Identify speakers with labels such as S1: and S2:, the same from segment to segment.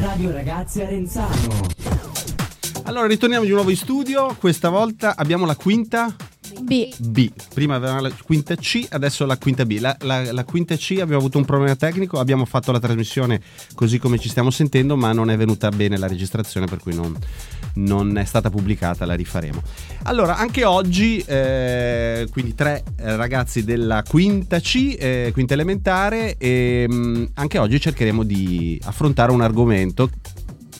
S1: Radio Ragazzi Arenzano.
S2: Allora, ritorniamo di nuovo in studio. Questa volta abbiamo la quinta
S3: B.
S2: B. Prima avevamo la quinta C, adesso la quinta B. La, la- la quinta C abbiamo avuto un problema tecnico, abbiamo fatto la trasmissione così come ci stiamo sentendo, ma non è venuta bene la registrazione, per cui non, non è stata pubblicata, la rifaremo. Allora, anche oggi, eh, quindi tre eh, ragazzi della quinta C, eh, quinta elementare, e, mh, anche oggi cercheremo di affrontare un argomento.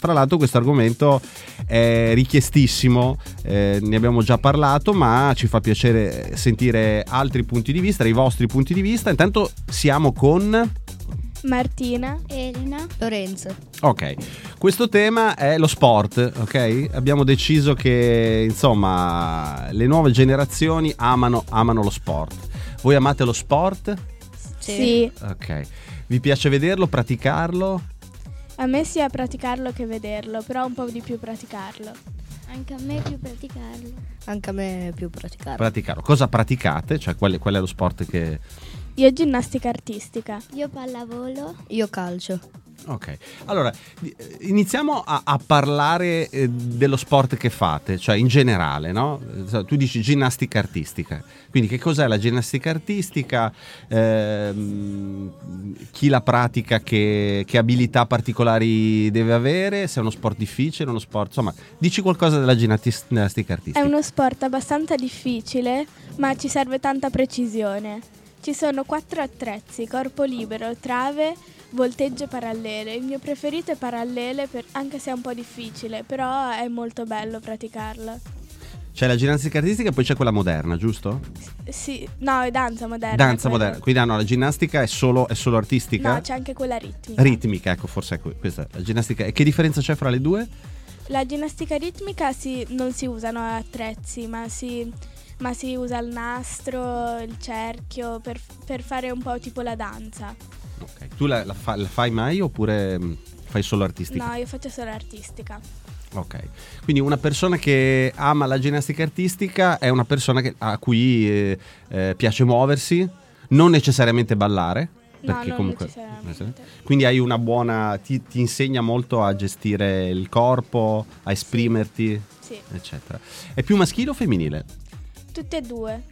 S2: Fra l'altro questo argomento è richiestissimo, eh, ne abbiamo già parlato, ma ci fa piacere sentire altri punti di vista, i vostri punti di vista. Intanto siamo con...
S3: Martina.
S4: Elena Lorenzo
S2: Ok, questo tema è lo sport, ok? Abbiamo deciso che, insomma, le nuove generazioni amano, amano lo sport. Voi amate lo sport?
S3: Sì.
S2: Ok. Vi piace vederlo, praticarlo?
S3: A me sia praticarlo che vederlo, però un po' di più praticarlo.
S4: Anche a me più praticarlo
S5: Anche a me più praticare.
S2: Praticarlo. Cosa praticate? Cioè, qual è, qual è lo sport che...
S3: Io ginnastica artistica.
S4: Io pallavolo
S5: Io calcio.
S2: Ok, allora di- eh, iniziamo a, a parlare eh, dello sport che fate, cioè in generale, no? Eh, so, Tu dici ginnastica artistica, quindi che cos'è la ginnastica artistica? Ehm, chi la pratica, che, che abilità particolari deve avere? Se è uno sport difficile, uno sport... Insomma, dici qualcosa della ginnati- ginnastica
S3: È
S2: artistica.
S3: uno sport abbastanza difficile, ma ci serve tanta precisione. Ci sono quattro attrezzi, corpo libero, trave, volteggio e parallele. Il mio preferito è parallele, per- anche se è un po' difficile, però è molto bello praticarlo.
S2: C'è la ginnastica artistica e poi c'è quella moderna, giusto?
S3: Sì, no, è danza moderna.
S2: Danza
S3: quello.
S2: moderna. Quindi ah, no, la ginnastica è solo, è solo artistica?
S3: Eh, No, c'è anche quella ritmica.
S2: ritmica, ecco, forse è que- questa la ginnastica. E che differenza c'è fra le due?
S3: La ginnastica ritmica si- non si usano attrezzi, ma si, ma si usa il nastro, il cerchio per, per fare un po' tipo la danza.
S2: Ok. Tu la, la fa- la fai mai oppure mh, fai solo artistica?
S3: No, io faccio solo artistica.
S2: Ok. Quindi una persona che ama la ginnastica artistica è una persona che- a cui eh, eh, piace muoversi, non necessariamente ballare.
S3: No,
S2: Perché
S3: non
S2: comunque. eh,
S3: necessariamente.
S2: Quindi hai una buona. Ti, ti insegna molto a gestire il corpo, a esprimerti,
S3: Sì,
S2: eccetera. È più maschile o femminile?
S3: tutte e due.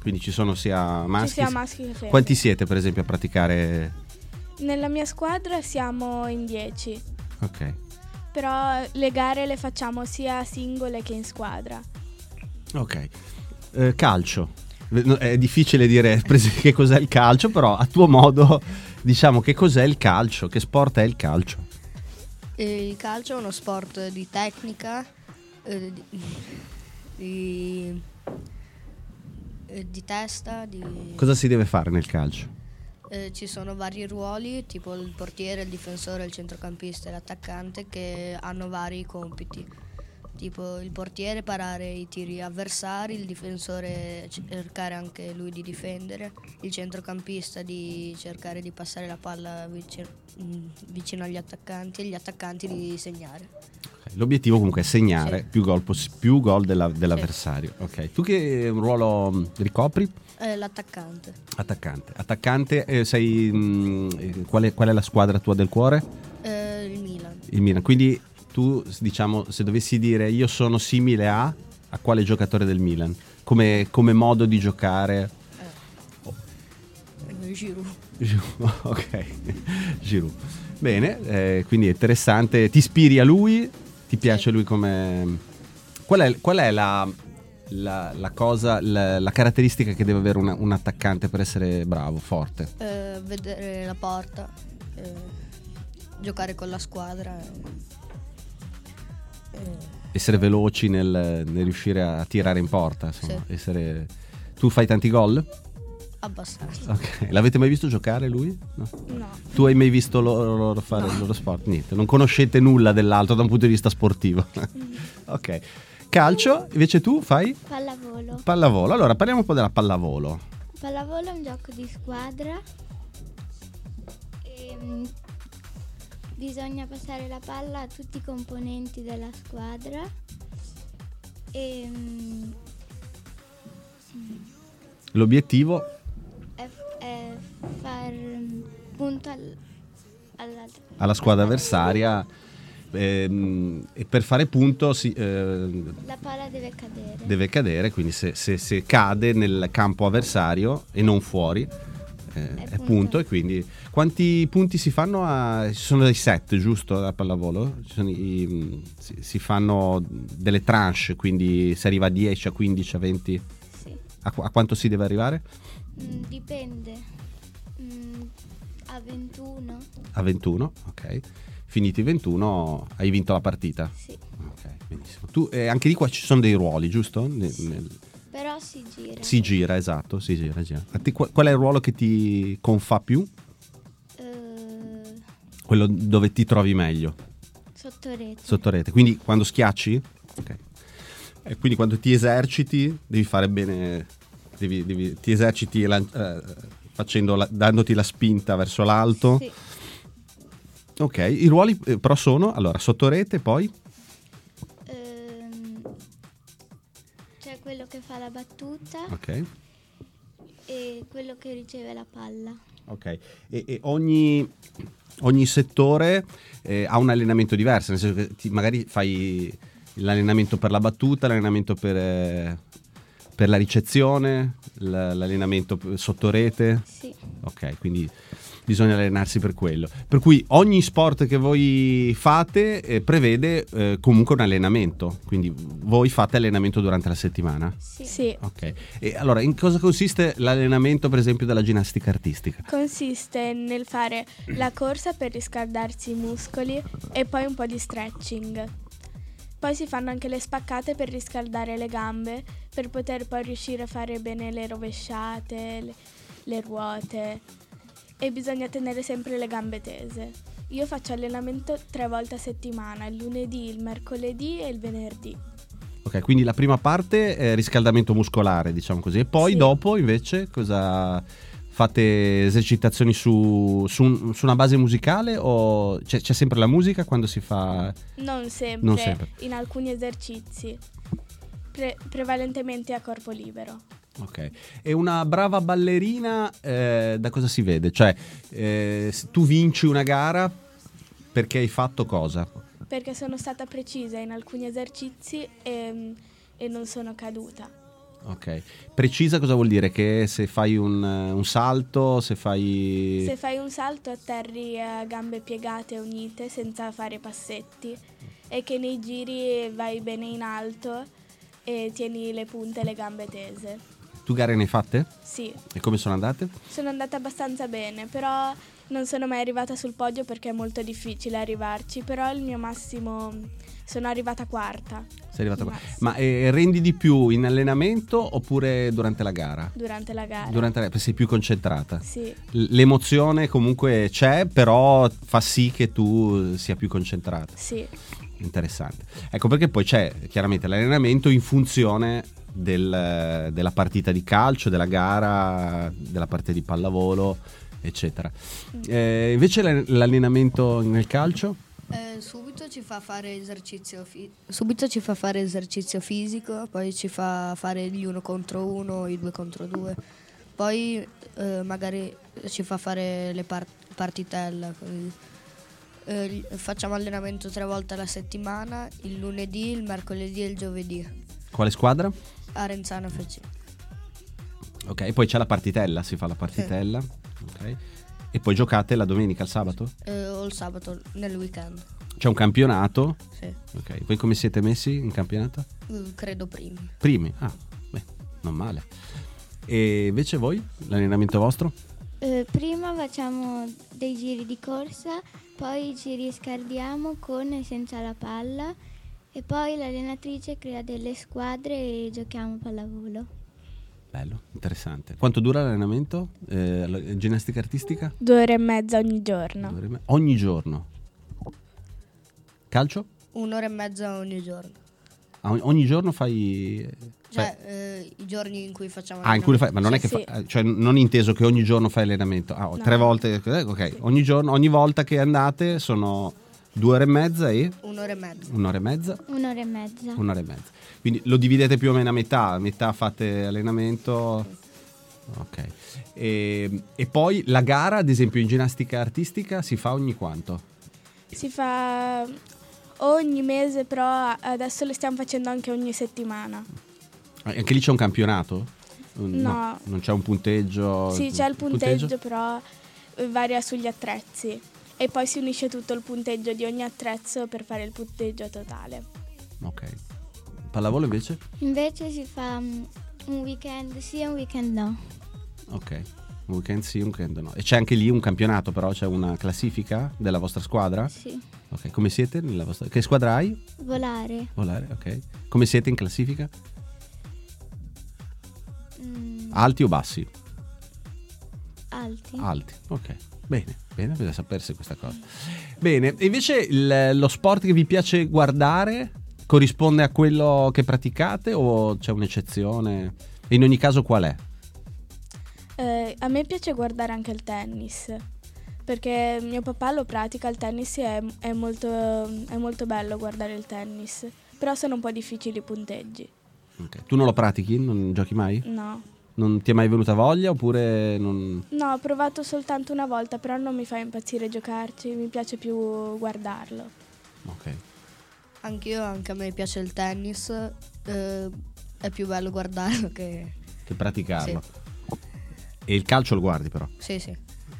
S2: Quindi ci sono sia maschi.
S3: Ci sia maschi che femmine.
S2: Quanti siete, per esempio, a praticare
S3: Nella mia squadra siamo in 10,
S2: Ok.
S3: però le gare le facciamo sia singole che in squadra.
S2: Ok. Eh, calcio. V- Eh, no, È difficile dire per esempio, che cos'è il calcio, però a tuo modo diciamo che cos'è il calcio, che sport è il calcio.
S5: Eh, Il calcio è uno sport di tecnica, eh, di, di- eh, di testa, di-
S2: Cosa si deve fare nel calcio?
S5: eh, ci sono vari ruoli, tipo il portiere, il difensore, il centrocampista e l'attaccante che hanno vari compiti. Tipo il portiere parare i tiri avversari, il difensore cercare anche lui di difendere, il centrocampista di cercare di passare la palla vicino, mm, vicino agli attaccanti e gli attaccanti di segnare.
S2: Ok, L'obiettivo comunque è segnare
S5: Sì.
S2: più gol, poss- più gol della- dell'avversario. Ok. Tu che eh, ruolo mh, ricopri?
S5: Eh, l'attaccante.
S2: Attaccante. Attaccante, eh, sei. mh, eh, qual, è, qual è la squadra tua del cuore?
S5: Eh, il Milan.
S2: Il Milan. Quindi tu, s- diciamo, se dovessi dire io sono simile a, a quale giocatore del Milan? Come, come modo di giocare?
S5: Eh, Giroud.
S2: Giroud. ok, Giroud. Bene, eh, quindi è interessante. Ti ispiri a lui? Ti piace lui come... Qual è, qual è la, la- la cosa, la, la caratteristica che deve avere una- un attaccante per essere bravo, forte?
S5: Eh, vedere la porta, eh, giocare con la squadra. eh. Eh,
S2: Essere veloci nel, nel riuscire a tirare in porta, insomma.
S5: Sì.
S2: Essere... Tu fai tanti gol?
S5: abbastanza.
S2: Ok, l'avete mai visto giocare lui? No.
S3: No,
S2: Tu hai mai visto loro, loro fare il loro sport? Niente, non conoscete nulla dell'altro da un punto di vista sportivo. ok, calcio, invece tu fai
S4: Pallavolo
S2: pallavolo. Allora, parliamo un po' della pallavolo.
S4: Pallavolo è un gioco di squadra Ehm, Bisogna passare la palla a tutti i componenti della squadra Ehm,
S2: L'obiettivo
S4: è, è far punto al- all'altra.
S2: alla squadra avversaria. ehm, e per fare punto si, eh,
S4: La palla deve cadere.
S2: deve cadere, quindi se, se- se cade nel campo avversario e non fuori eh, è, punto.
S4: punto.
S2: E quindi quanti punti si fanno? A, ci sono dei set, giusto? A pallavolo? Ci sono i- mm, si, si fanno delle tranche, quindi si arriva a 10, a 15, a 20.
S4: Sì.
S2: A, qu- a quanto si deve arrivare?
S4: Mm, dipende. Mm, a 21?
S2: A 21, ok. Finiti i 21, hai vinto la partita.
S4: Sì.
S2: Ok, benissimo. Tu, eh, anche di qua ci sono dei ruoli, giusto? Ne-
S4: Sì.
S2: nel-
S4: Però si gira.
S2: Si gira, esatto, si gira, gira. A te qua- qual è il ruolo che ti confà più?
S4: Eh,
S2: Quello dove ti trovi meglio,
S4: sotto rete.
S2: sotto rete. Quindi quando schiacci, ok. E quindi quando ti eserciti, devi fare bene, devi- devi- ti eserciti lan- eh, facendo la- dandoti la spinta verso l'alto.
S4: Sì.
S2: Ok, i ruoli eh, però sono, allora, sotto rete, poi...
S4: Ehm, c'è quello che fa la battuta
S2: Ok.
S4: e quello che riceve la palla.
S2: Ok, e, e ogni, ogni settore eh, ha un allenamento diverso, nel senso che ti- magari fai l'allenamento per la battuta, l'allenamento per, eh, per la ricezione, l- l'allenamento p- sotto rete.
S4: Sì.
S2: Ok, quindi bisogna allenarsi per quello. Per cui ogni sport che voi fate eh, prevede eh, comunque un allenamento, quindi voi fate allenamento durante la settimana.
S4: Sì.
S3: Sì.
S2: Ok, e allora in cosa consiste l'allenamento per esempio della ginnastica artistica?
S3: Consiste nel fare la corsa per riscaldarsi i muscoli e poi un po' di stretching. Poi si fanno anche le spaccate per riscaldare le gambe, per poter poi riuscire a fare bene le rovesciate, le, le ruote. E bisogna tenere sempre le gambe tese. Io faccio allenamento tre volte a settimana, il lunedì, il mercoledì e il venerdì.
S2: Ok, quindi la prima parte è riscaldamento muscolare, diciamo così, e poi
S3: Sì.
S2: dopo invece cosa fate esercitazioni su, su un- su una base musicale o c'è, c'è sempre la musica quando si fa...
S3: Non sempre,
S2: Non sempre.
S3: in alcuni esercizi, pre- prevalentemente a corpo libero.
S2: Ok, e una brava ballerina eh, da cosa si vede? Cioè, eh, se tu vinci una gara perché hai fatto cosa?
S3: perché sono stata precisa in alcuni esercizi e, e non sono caduta.
S2: Ok, precisa cosa vuol dire? Che se fai un, un salto, se fai...
S3: Se fai un salto atterri a gambe piegate e unite senza fare passetti e che nei giri vai bene in alto e tieni le punte e le gambe tese.
S2: Tu gare ne hai fatte?
S3: Sì,
S2: E come sono andate?
S3: sono andata abbastanza bene, però non sono mai arrivata sul podio perché è molto difficile arrivarci, però il mio massimo sono arrivata quarta
S2: Sei arrivata qua.
S3: Massimo.
S2: Ma eh, rendi di più in allenamento oppure durante la gara?
S3: durante la gara.
S2: Durante la, sei più concentrata.
S3: Sì,
S2: L- L'emozione comunque c'è, però fa sì che tu sia più concentrata.
S3: sì,
S2: Interessante. Ecco perché poi c'è chiaramente l'allenamento in funzione del- della partita di calcio, della gara, della partita di pallavolo, eccetera. Eh, invece l'all- l'allenamento nel calcio?
S5: Eh, subito, ci fa fare esercizio fi- subito ci fa fare esercizio fisico, poi ci fa fare gli uno contro uno, i due contro due, poi eh, magari ci fa fare le par- partitelle. così. Eh, gli- facciamo allenamento tre volte alla settimana, il lunedì, il mercoledì e il giovedì
S2: Quale squadra?
S5: a Renzano FC.
S2: Ok, e poi c'è la partitella, si fa la partitella. ok. E poi giocate la domenica, il sabato?
S5: Eh, o il sabato nel weekend.
S2: C'è un campionato.
S5: Sì.
S2: Ok, voi come siete messi in campionato?
S5: Eh, Credo primi.
S2: Primi. Ah, beh, non male. E invece voi, l'allenamento vostro?
S4: Eh, prima facciamo dei giri di corsa, poi ci riscaldiamo con e senza la palla e poi l'allenatrice crea delle squadre e giochiamo a pallavolo.
S2: Bello, interessante. Quanto dura l'allenamento? Eh, la- ginnastica artistica?
S3: due ore e mezza ogni giorno.
S2: Due ore e me- Ogni giorno. Calcio?
S5: Un'ora e mezza ogni giorno.
S2: Ah, ogni- Ogni giorno fai...
S5: Cioè, eh, i giorni in cui facciamo
S2: Ah, in cui lo fai,
S5: allenamento.
S2: ma non è
S3: Sì,
S2: che
S3: sì.
S2: fa- cioè, non inteso che ogni giorno fai allenamento. Ah,
S3: No.
S2: tre volte, eh, ok. Ogni giorno, ogni volta che andate sono due ore e mezza e
S5: Un'ora e mezza.
S2: un'ora e mezza,
S4: Un'ora e mezza.
S2: un'ora e mezza. Quindi lo dividete più o meno a metà, a metà fate allenamento. Ok. E, e poi la gara, ad esempio, in ginnastica artistica si fa ogni quanto?
S3: Si fa ogni mese, però adesso le stiamo facendo anche ogni settimana.
S2: Eh, Anche lì c'è un campionato? Mm,
S3: No.
S2: Non c'è un punteggio?
S3: Sì, c'è Oh, il punteggio, però eh, varia sugli attrezzi. E poi si unisce tutto il punteggio di ogni attrezzo per fare il punteggio totale.
S2: Ok. Pallavolo invece?
S4: Invece si fa mm, un weekend sì e un weekend no.
S2: Ok. Un weekend sì, un weekend no. E c'è anche lì un campionato, però c'è una classifica della vostra squadra?
S4: Sì.
S2: Ok. Come siete nella vostra... Che squadra hai?
S4: Volare.
S2: Volare, ok. Come siete in classifica?
S4: mm,
S2: Alti o bassi?
S4: alti.
S2: Alti, ok. Bene, bene, bisogna sapersi questa cosa. Bene, e invece il- lo sport che vi piace guardare corrisponde a quello che praticate o c'è un'eccezione? E in ogni caso qual è?
S3: Eh, a me piace guardare anche il tennis, perché mio papà lo pratica il tennis e è, è molto, è molto bello guardare il tennis. Però sono un po' difficili i punteggi.
S2: Ok. Tu non lo pratichi? Non giochi mai?
S3: No.
S2: Non ti è mai venuta voglia oppure non...
S3: No, ho provato soltanto una volta, però non mi fa impazzire giocarci, mi piace più guardarlo.
S2: Ok.
S5: Anch'io, anche a me piace il tennis, eh, è più bello guardarlo che...
S2: Che praticarlo. E il calcio lo guardi però.
S5: Sì, sì.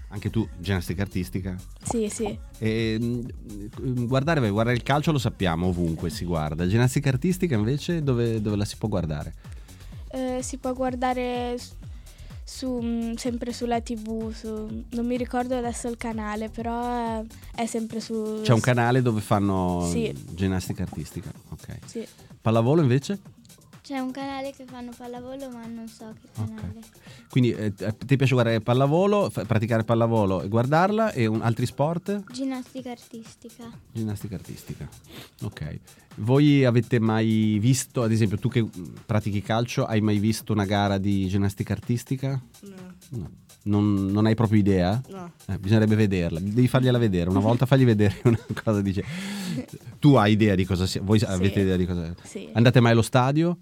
S2: Anche tu, ginnastica artistica.
S3: Sì, sì.
S2: E, mh, guardare, beh, guardare il calcio lo sappiamo ovunque si guarda. Ginnastica artistica invece dove, dove la si può guardare?
S3: Eh, si può guardare s- su- mh, sempre sulla tv, su- non mi ricordo adesso il canale, però eh, è sempre su...
S2: C'è un canale dove fanno
S3: Sì.
S2: mh, ginnastica artistica. Ok.
S3: Sì.
S2: Pallavolo invece?
S4: C'è un canale che fanno pallavolo ma non so che canale.
S2: Quindi eh, t- ti piace guardare pallavolo, fa- praticare pallavolo e guardarla e un- altri sport?
S4: Ginnastica artistica.
S2: Ginnastica artistica. Ok. Voi avete mai visto, ad esempio, tu che mh, pratichi calcio, hai mai visto una gara di ginnastica artistica?
S5: No.
S2: No. Non, non hai proprio idea?
S5: No.
S2: Eh, bisognerebbe vederla, devi fargliela vedere. Una volta fagli vedere una cosa dice. Tu hai idea di cosa sia. Voi avete idea di cosa
S3: Sì.
S2: Andate mai allo stadio?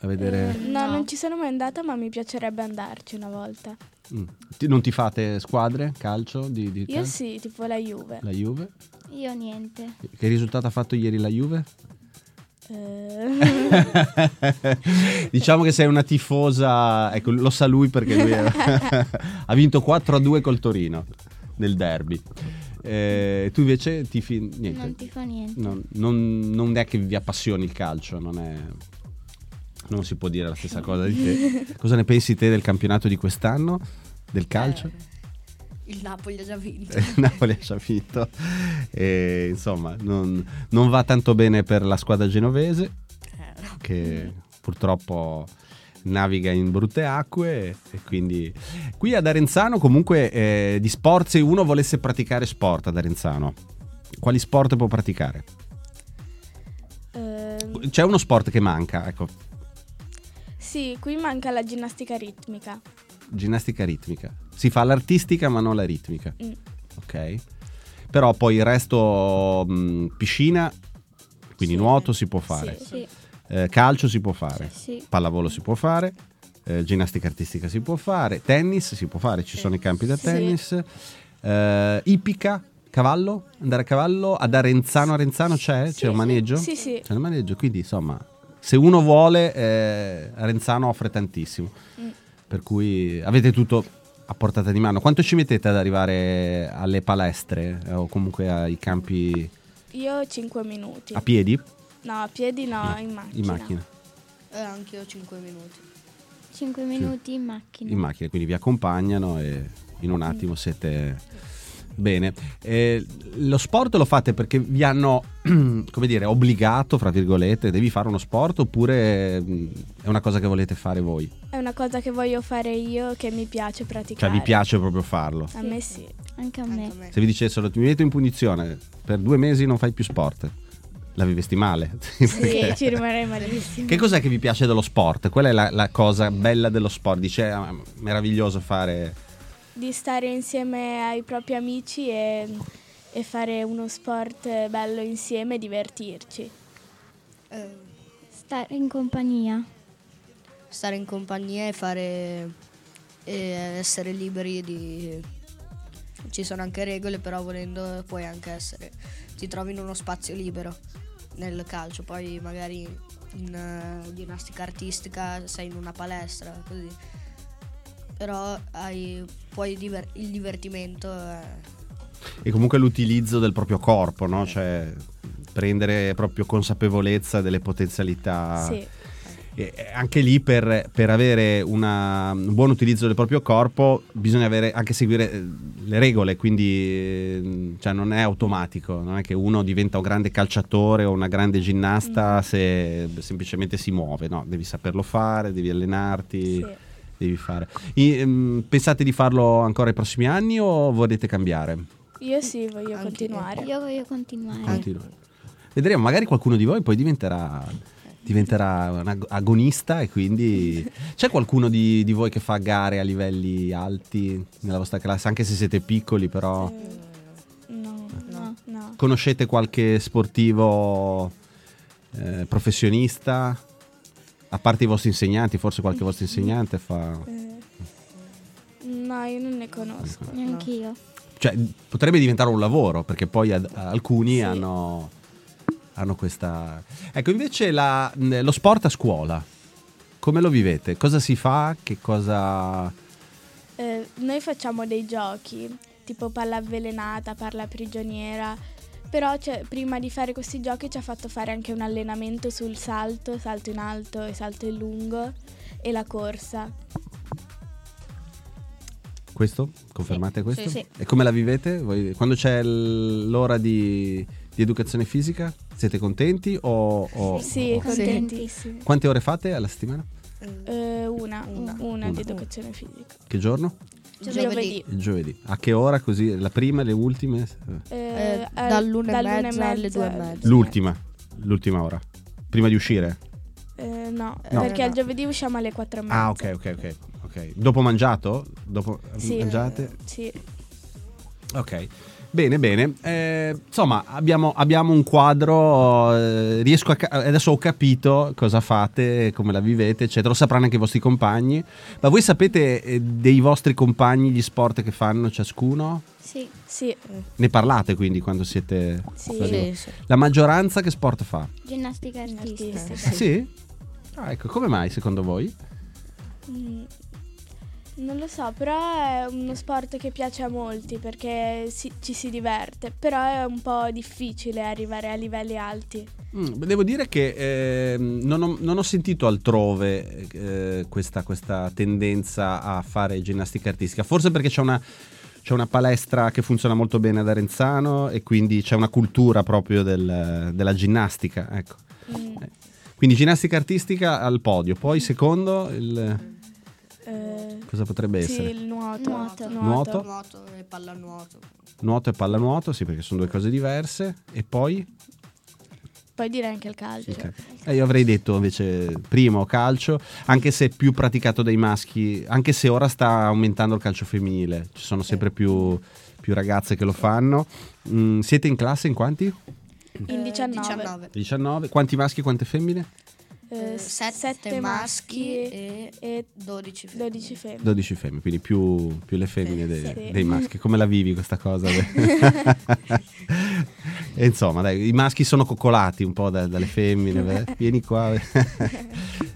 S2: A vedere.
S3: Eh, No,
S5: No.
S3: non ci sono mai andata, ma mi piacerebbe andarci una volta.
S2: Mm. Ti- non ti fate squadre? Calcio? Di, di
S3: Io
S2: cal-
S3: sì, tipo la Juve.
S2: La Juve?
S4: Io niente.
S2: Che risultato ha fatto ieri la Juve?
S3: Eh,
S2: diciamo che sei una tifosa. Ecco, lo sa lui perché lui è- ha vinto 4 a 2 col Torino nel derby. Eh, tu invece tifi niente.
S4: Non tifo niente.
S2: No, non, non è che vi appassioni il calcio, non è. Non si può dire la stessa cosa di te. Cosa ne pensi te del campionato di quest'anno? Del calcio?
S5: Eh, Il Napoli ha già vinto.
S2: Eh, Napoli ha già vinto. E, insomma, non, non va tanto bene per la squadra genovese
S5: Eh,
S2: che purtroppo naviga in brutte acque e quindi qui ad Arenzano comunque eh, di sport se uno volesse praticare sport ad Arenzano quali sport può praticare?
S3: ehm,
S2: C'è uno sport che manca, ecco,
S3: sì, qui manca la ginnastica ritmica.
S2: ginnastica ritmica. Si fa l'artistica ma non la ritmica,
S3: Mm.
S2: ok? Però poi il resto, mh, piscina, quindi
S3: Sì.
S2: nuoto si può fare,
S3: Sì.
S4: Sì,
S2: eh, calcio si può fare,
S4: sì.
S2: pallavolo si può fare, eh, ginnastica artistica si può fare, tennis si può fare, ci sono i campi da
S3: Sì.
S2: tennis, eh, ipica, cavallo, andare a cavallo, ad Arenzano, Arenzano c'è?
S3: Sì,
S2: c'è un
S3: sì.
S2: maneggio?
S3: Sì, sì.
S2: C'è il maneggio, quindi insomma, se uno vuole, eh, Arenzano offre tantissimo.
S3: Mm.
S2: Per cui avete tutto a portata di mano. Quanto ci mettete ad arrivare alle palestre eh, o comunque ai campi
S3: Io 5 minuti.
S2: a piedi?
S3: no, a piedi no, in macchina.
S2: In macchina.
S5: Eh, anche io 5 minuti.
S4: 5 minuti in macchina.
S2: In macchina, quindi vi accompagnano e in un attimo siete... Bene, Eh, lo sport lo fate perché vi hanno, come dire, obbligato, fra virgolette, devi fare uno sport oppure mm, è una cosa che volete fare voi?
S3: È una cosa che voglio fare io, che mi piace
S2: Cioè
S3: praticare.
S2: vi piace proprio farlo?
S3: A me sì.
S4: Anche a
S5: Anche a
S4: me.
S5: me.
S2: Se vi dicessero ti metto in punizione per due mesi non fai più sport, la vivesti male.
S3: Sì, ci rimarrei malissimo.
S2: Che cos'è che vi piace dello sport? Qual è la, la cosa bella dello sport? Dice "Ah, meraviglioso fare
S3: Di stare insieme ai propri amici e, e fare uno sport bello insieme e divertirci.
S5: Eh,
S4: Stare in compagnia.
S5: stare in compagnia e fare e essere liberi di... Ci sono anche regole, però volendo puoi anche essere... Ti trovi in uno spazio libero nel calcio, poi magari in eh, ginnastica artistica sei in una palestra, così. Però hai, puoi diver- il divertimento... è-
S2: E comunque l'utilizzo del proprio corpo, no? Cioè prendere proprio consapevolezza delle potenzialità.
S3: Sì.
S2: E eh, anche lì per, per avere una- un buon utilizzo del proprio corpo bisogna avere- anche seguire eh, le regole, quindi eh, cioè, non è automatico, non è che uno diventa un grande calciatore o una grande
S3: Mm-hmm.
S2: ginnasta se semplicemente si muove, no, devi saperlo fare, devi allenarti,
S3: sì.
S2: devi fare. I- ehm, pensate di farlo ancora i prossimi anni o volete cambiare?
S3: Io sì, voglio
S5: Anche-
S3: continuare.
S4: Io voglio continuare.
S2: Continua. Vedremo, magari qualcuno di voi poi diventerà, diventerà un ag- agonista e quindi... C'è qualcuno di, di voi che fa gare a livelli alti nella vostra classe, anche se siete piccoli però?
S3: Eh, No, no, no.
S2: Conoscete qualche sportivo eh, professionista? A parte i vostri insegnanti, forse qualche vostro insegnante fa...
S3: Eh, No, io non ne conosco.
S2: Mm.
S4: Neanch'io.
S2: Cioè, potrebbe diventare un lavoro, perché poi ad- alcuni
S3: Sì.
S2: hanno, hanno questa... Ecco, invece la- mh, lo sport a scuola, come lo vivete? Cosa si fa? Che cosa...
S3: Eh, noi facciamo dei giochi, tipo palla avvelenata, palla prigioniera, però cioè, prima di fare questi giochi ci ha fatto fare anche un allenamento sul salto, salto in alto e salto in lungo e la corsa.
S2: Questo? Confermate questo?
S5: Sì, sì.
S2: E come la vivete? Voi- quando c'è l- l'ora di, di educazione fisica? Siete contenti o... o-
S3: Sì,
S2: o-
S3: contentissimi.
S2: Quante ore fate alla settimana?
S3: Eh, una, una,
S2: Una.
S3: di educazione fisica.
S2: Che giorno?
S5: Cioè,
S3: cioè,
S5: Giovedì.
S2: Il giovedì. A che ora così? La prima, le ultime?
S3: Eh,
S5: Eh,
S3: al-
S5: dall'una e
S3: dall'una
S5: mezza alle due e mezza.
S2: L'ultima. L'ultima ora. Prima di uscire?
S3: Eh, no,
S5: No.
S3: perché
S5: No.
S3: al giovedì usciamo alle 4 e mezza.
S2: Ah, ok, ok, ok. ok. Dopo mangiato? Dopo eh,
S3: Sì.
S2: mangiate?
S3: Sì.
S2: Ok. Bene, bene. Eh, insomma, abbiamo, abbiamo un quadro. eh, riesco a ca- adesso ho capito cosa fate, come la vivete, eccetera. Lo sapranno anche i vostri compagni. Ma voi sapete eh, dei vostri compagni gli sport che fanno ciascuno?
S4: Sì.
S3: Sì,
S2: Ne parlate quindi quando siete.
S3: Sì.
S2: quando arrivate?
S5: Sì, sì.
S2: La maggioranza che sport fa?
S4: Ginnastica artistica.
S3: artistica.
S2: Ah, sì? Ah, ecco, come mai secondo voi?
S3: Mm, Non lo so, però è uno sport che piace a molti perché si- ci si diverte, però è un po' difficile arrivare a livelli alti.
S2: Mm, Devo dire che ehm, non, ho, non ho sentito altrove eh, questa, questa tendenza a fare ginnastica artistica, forse perché c'è una, c'è una palestra che funziona molto bene ad Arenzano e quindi c'è una cultura proprio del- della ginnastica. Ecco.
S3: Mm,
S2: Quindi ginnastica artistica al podio, poi secondo il-
S3: eh,
S2: cosa potrebbe
S3: sì,
S2: essere?
S3: il nuoto.
S4: Nuoto.
S2: Nuoto?
S5: Nuoto e pallanuoto.
S2: Nuoto e pallanuoto, sì perché sono due cose diverse e poi...
S3: Poi direi anche il calcio.
S2: Ok. Eh, io avrei detto invece primo calcio, anche se più praticato dai maschi, anche se ora sta aumentando il calcio femminile, ci sono sempre più, più ragazze che lo fanno. Mm, siete in classe in quanti?
S3: In
S5: Eh,
S3: 19.
S2: 19. Quanti maschi e quante femmine?
S5: 7, Eh, maschi e,
S3: Eh, e
S5: 12 femmine.
S3: 12 femmine.
S2: 12 femmine, quindi più, più le femmine dei,
S3: Sì.
S2: dei maschi. Come la vivi questa cosa? E Insomma, dai, i maschi sono coccolati un po' da- dalle femmine. beh. Vieni qua.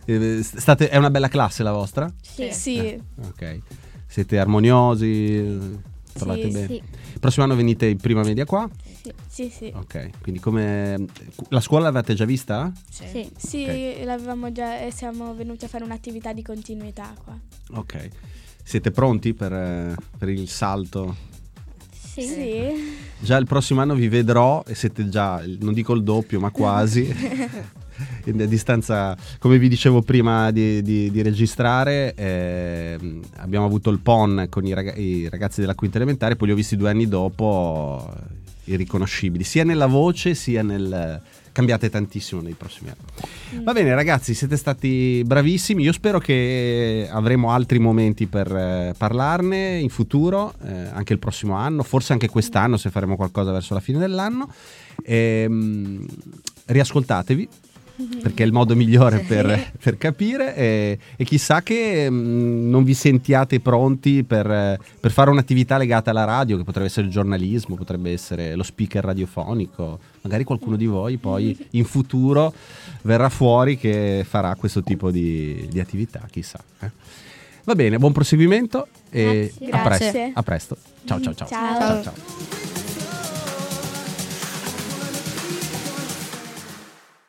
S2: Eh, State, è una bella classe la vostra?
S5: Eh.
S4: Sì.
S3: Sì,
S2: Eh. Ok. Siete armoniosi? Trovate
S3: Sì,
S2: bene?
S4: sì.
S2: Il prossimo anno venite in prima media qua?
S3: sì, sì. sì.
S2: Ok. Quindi come... La scuola l'avete già vista?
S5: Sì.
S4: Sì.
S3: Sì,
S2: Ok.
S3: l'avevamo già e siamo venuti a fare un'attività di continuità qua.
S2: Ok. Siete pronti per, eh, per il salto?
S4: Sì.
S3: Sì.
S2: Già il prossimo anno vi vedrò e siete già, non dico il doppio, ma quasi. In- A distanza, come vi dicevo prima di, di- di registrare, ehm, abbiamo avuto il PON con i, raga- i ragazzi della quinta elementare, poi li ho visti due anni dopo eh, irriconoscibili, sia nella voce sia nel... Cambiate tantissimo nei prossimi anni. Mm. Va bene ragazzi, siete stati bravissimi, io spero che eh, avremo altri momenti per eh, parlarne in futuro, eh, anche il prossimo anno, forse anche quest'anno se faremo qualcosa verso la fine dell'anno. Ehm, riascoltatevi perché è il modo migliore per, per capire e, e chissà che mh, non vi sentiate pronti per, eh, per fare un'attività legata alla radio, che potrebbe essere il giornalismo, potrebbe essere lo speaker radiofonico, magari qualcuno di voi poi in futuro verrà fuori che farà questo tipo di, di attività, chissà. eh. Va bene, buon proseguimento e
S4: Grazie.
S2: a, presto,
S3: Grazie.
S2: a presto. Ciao ciao ciao.
S3: Ciao.
S2: ciao, ciao.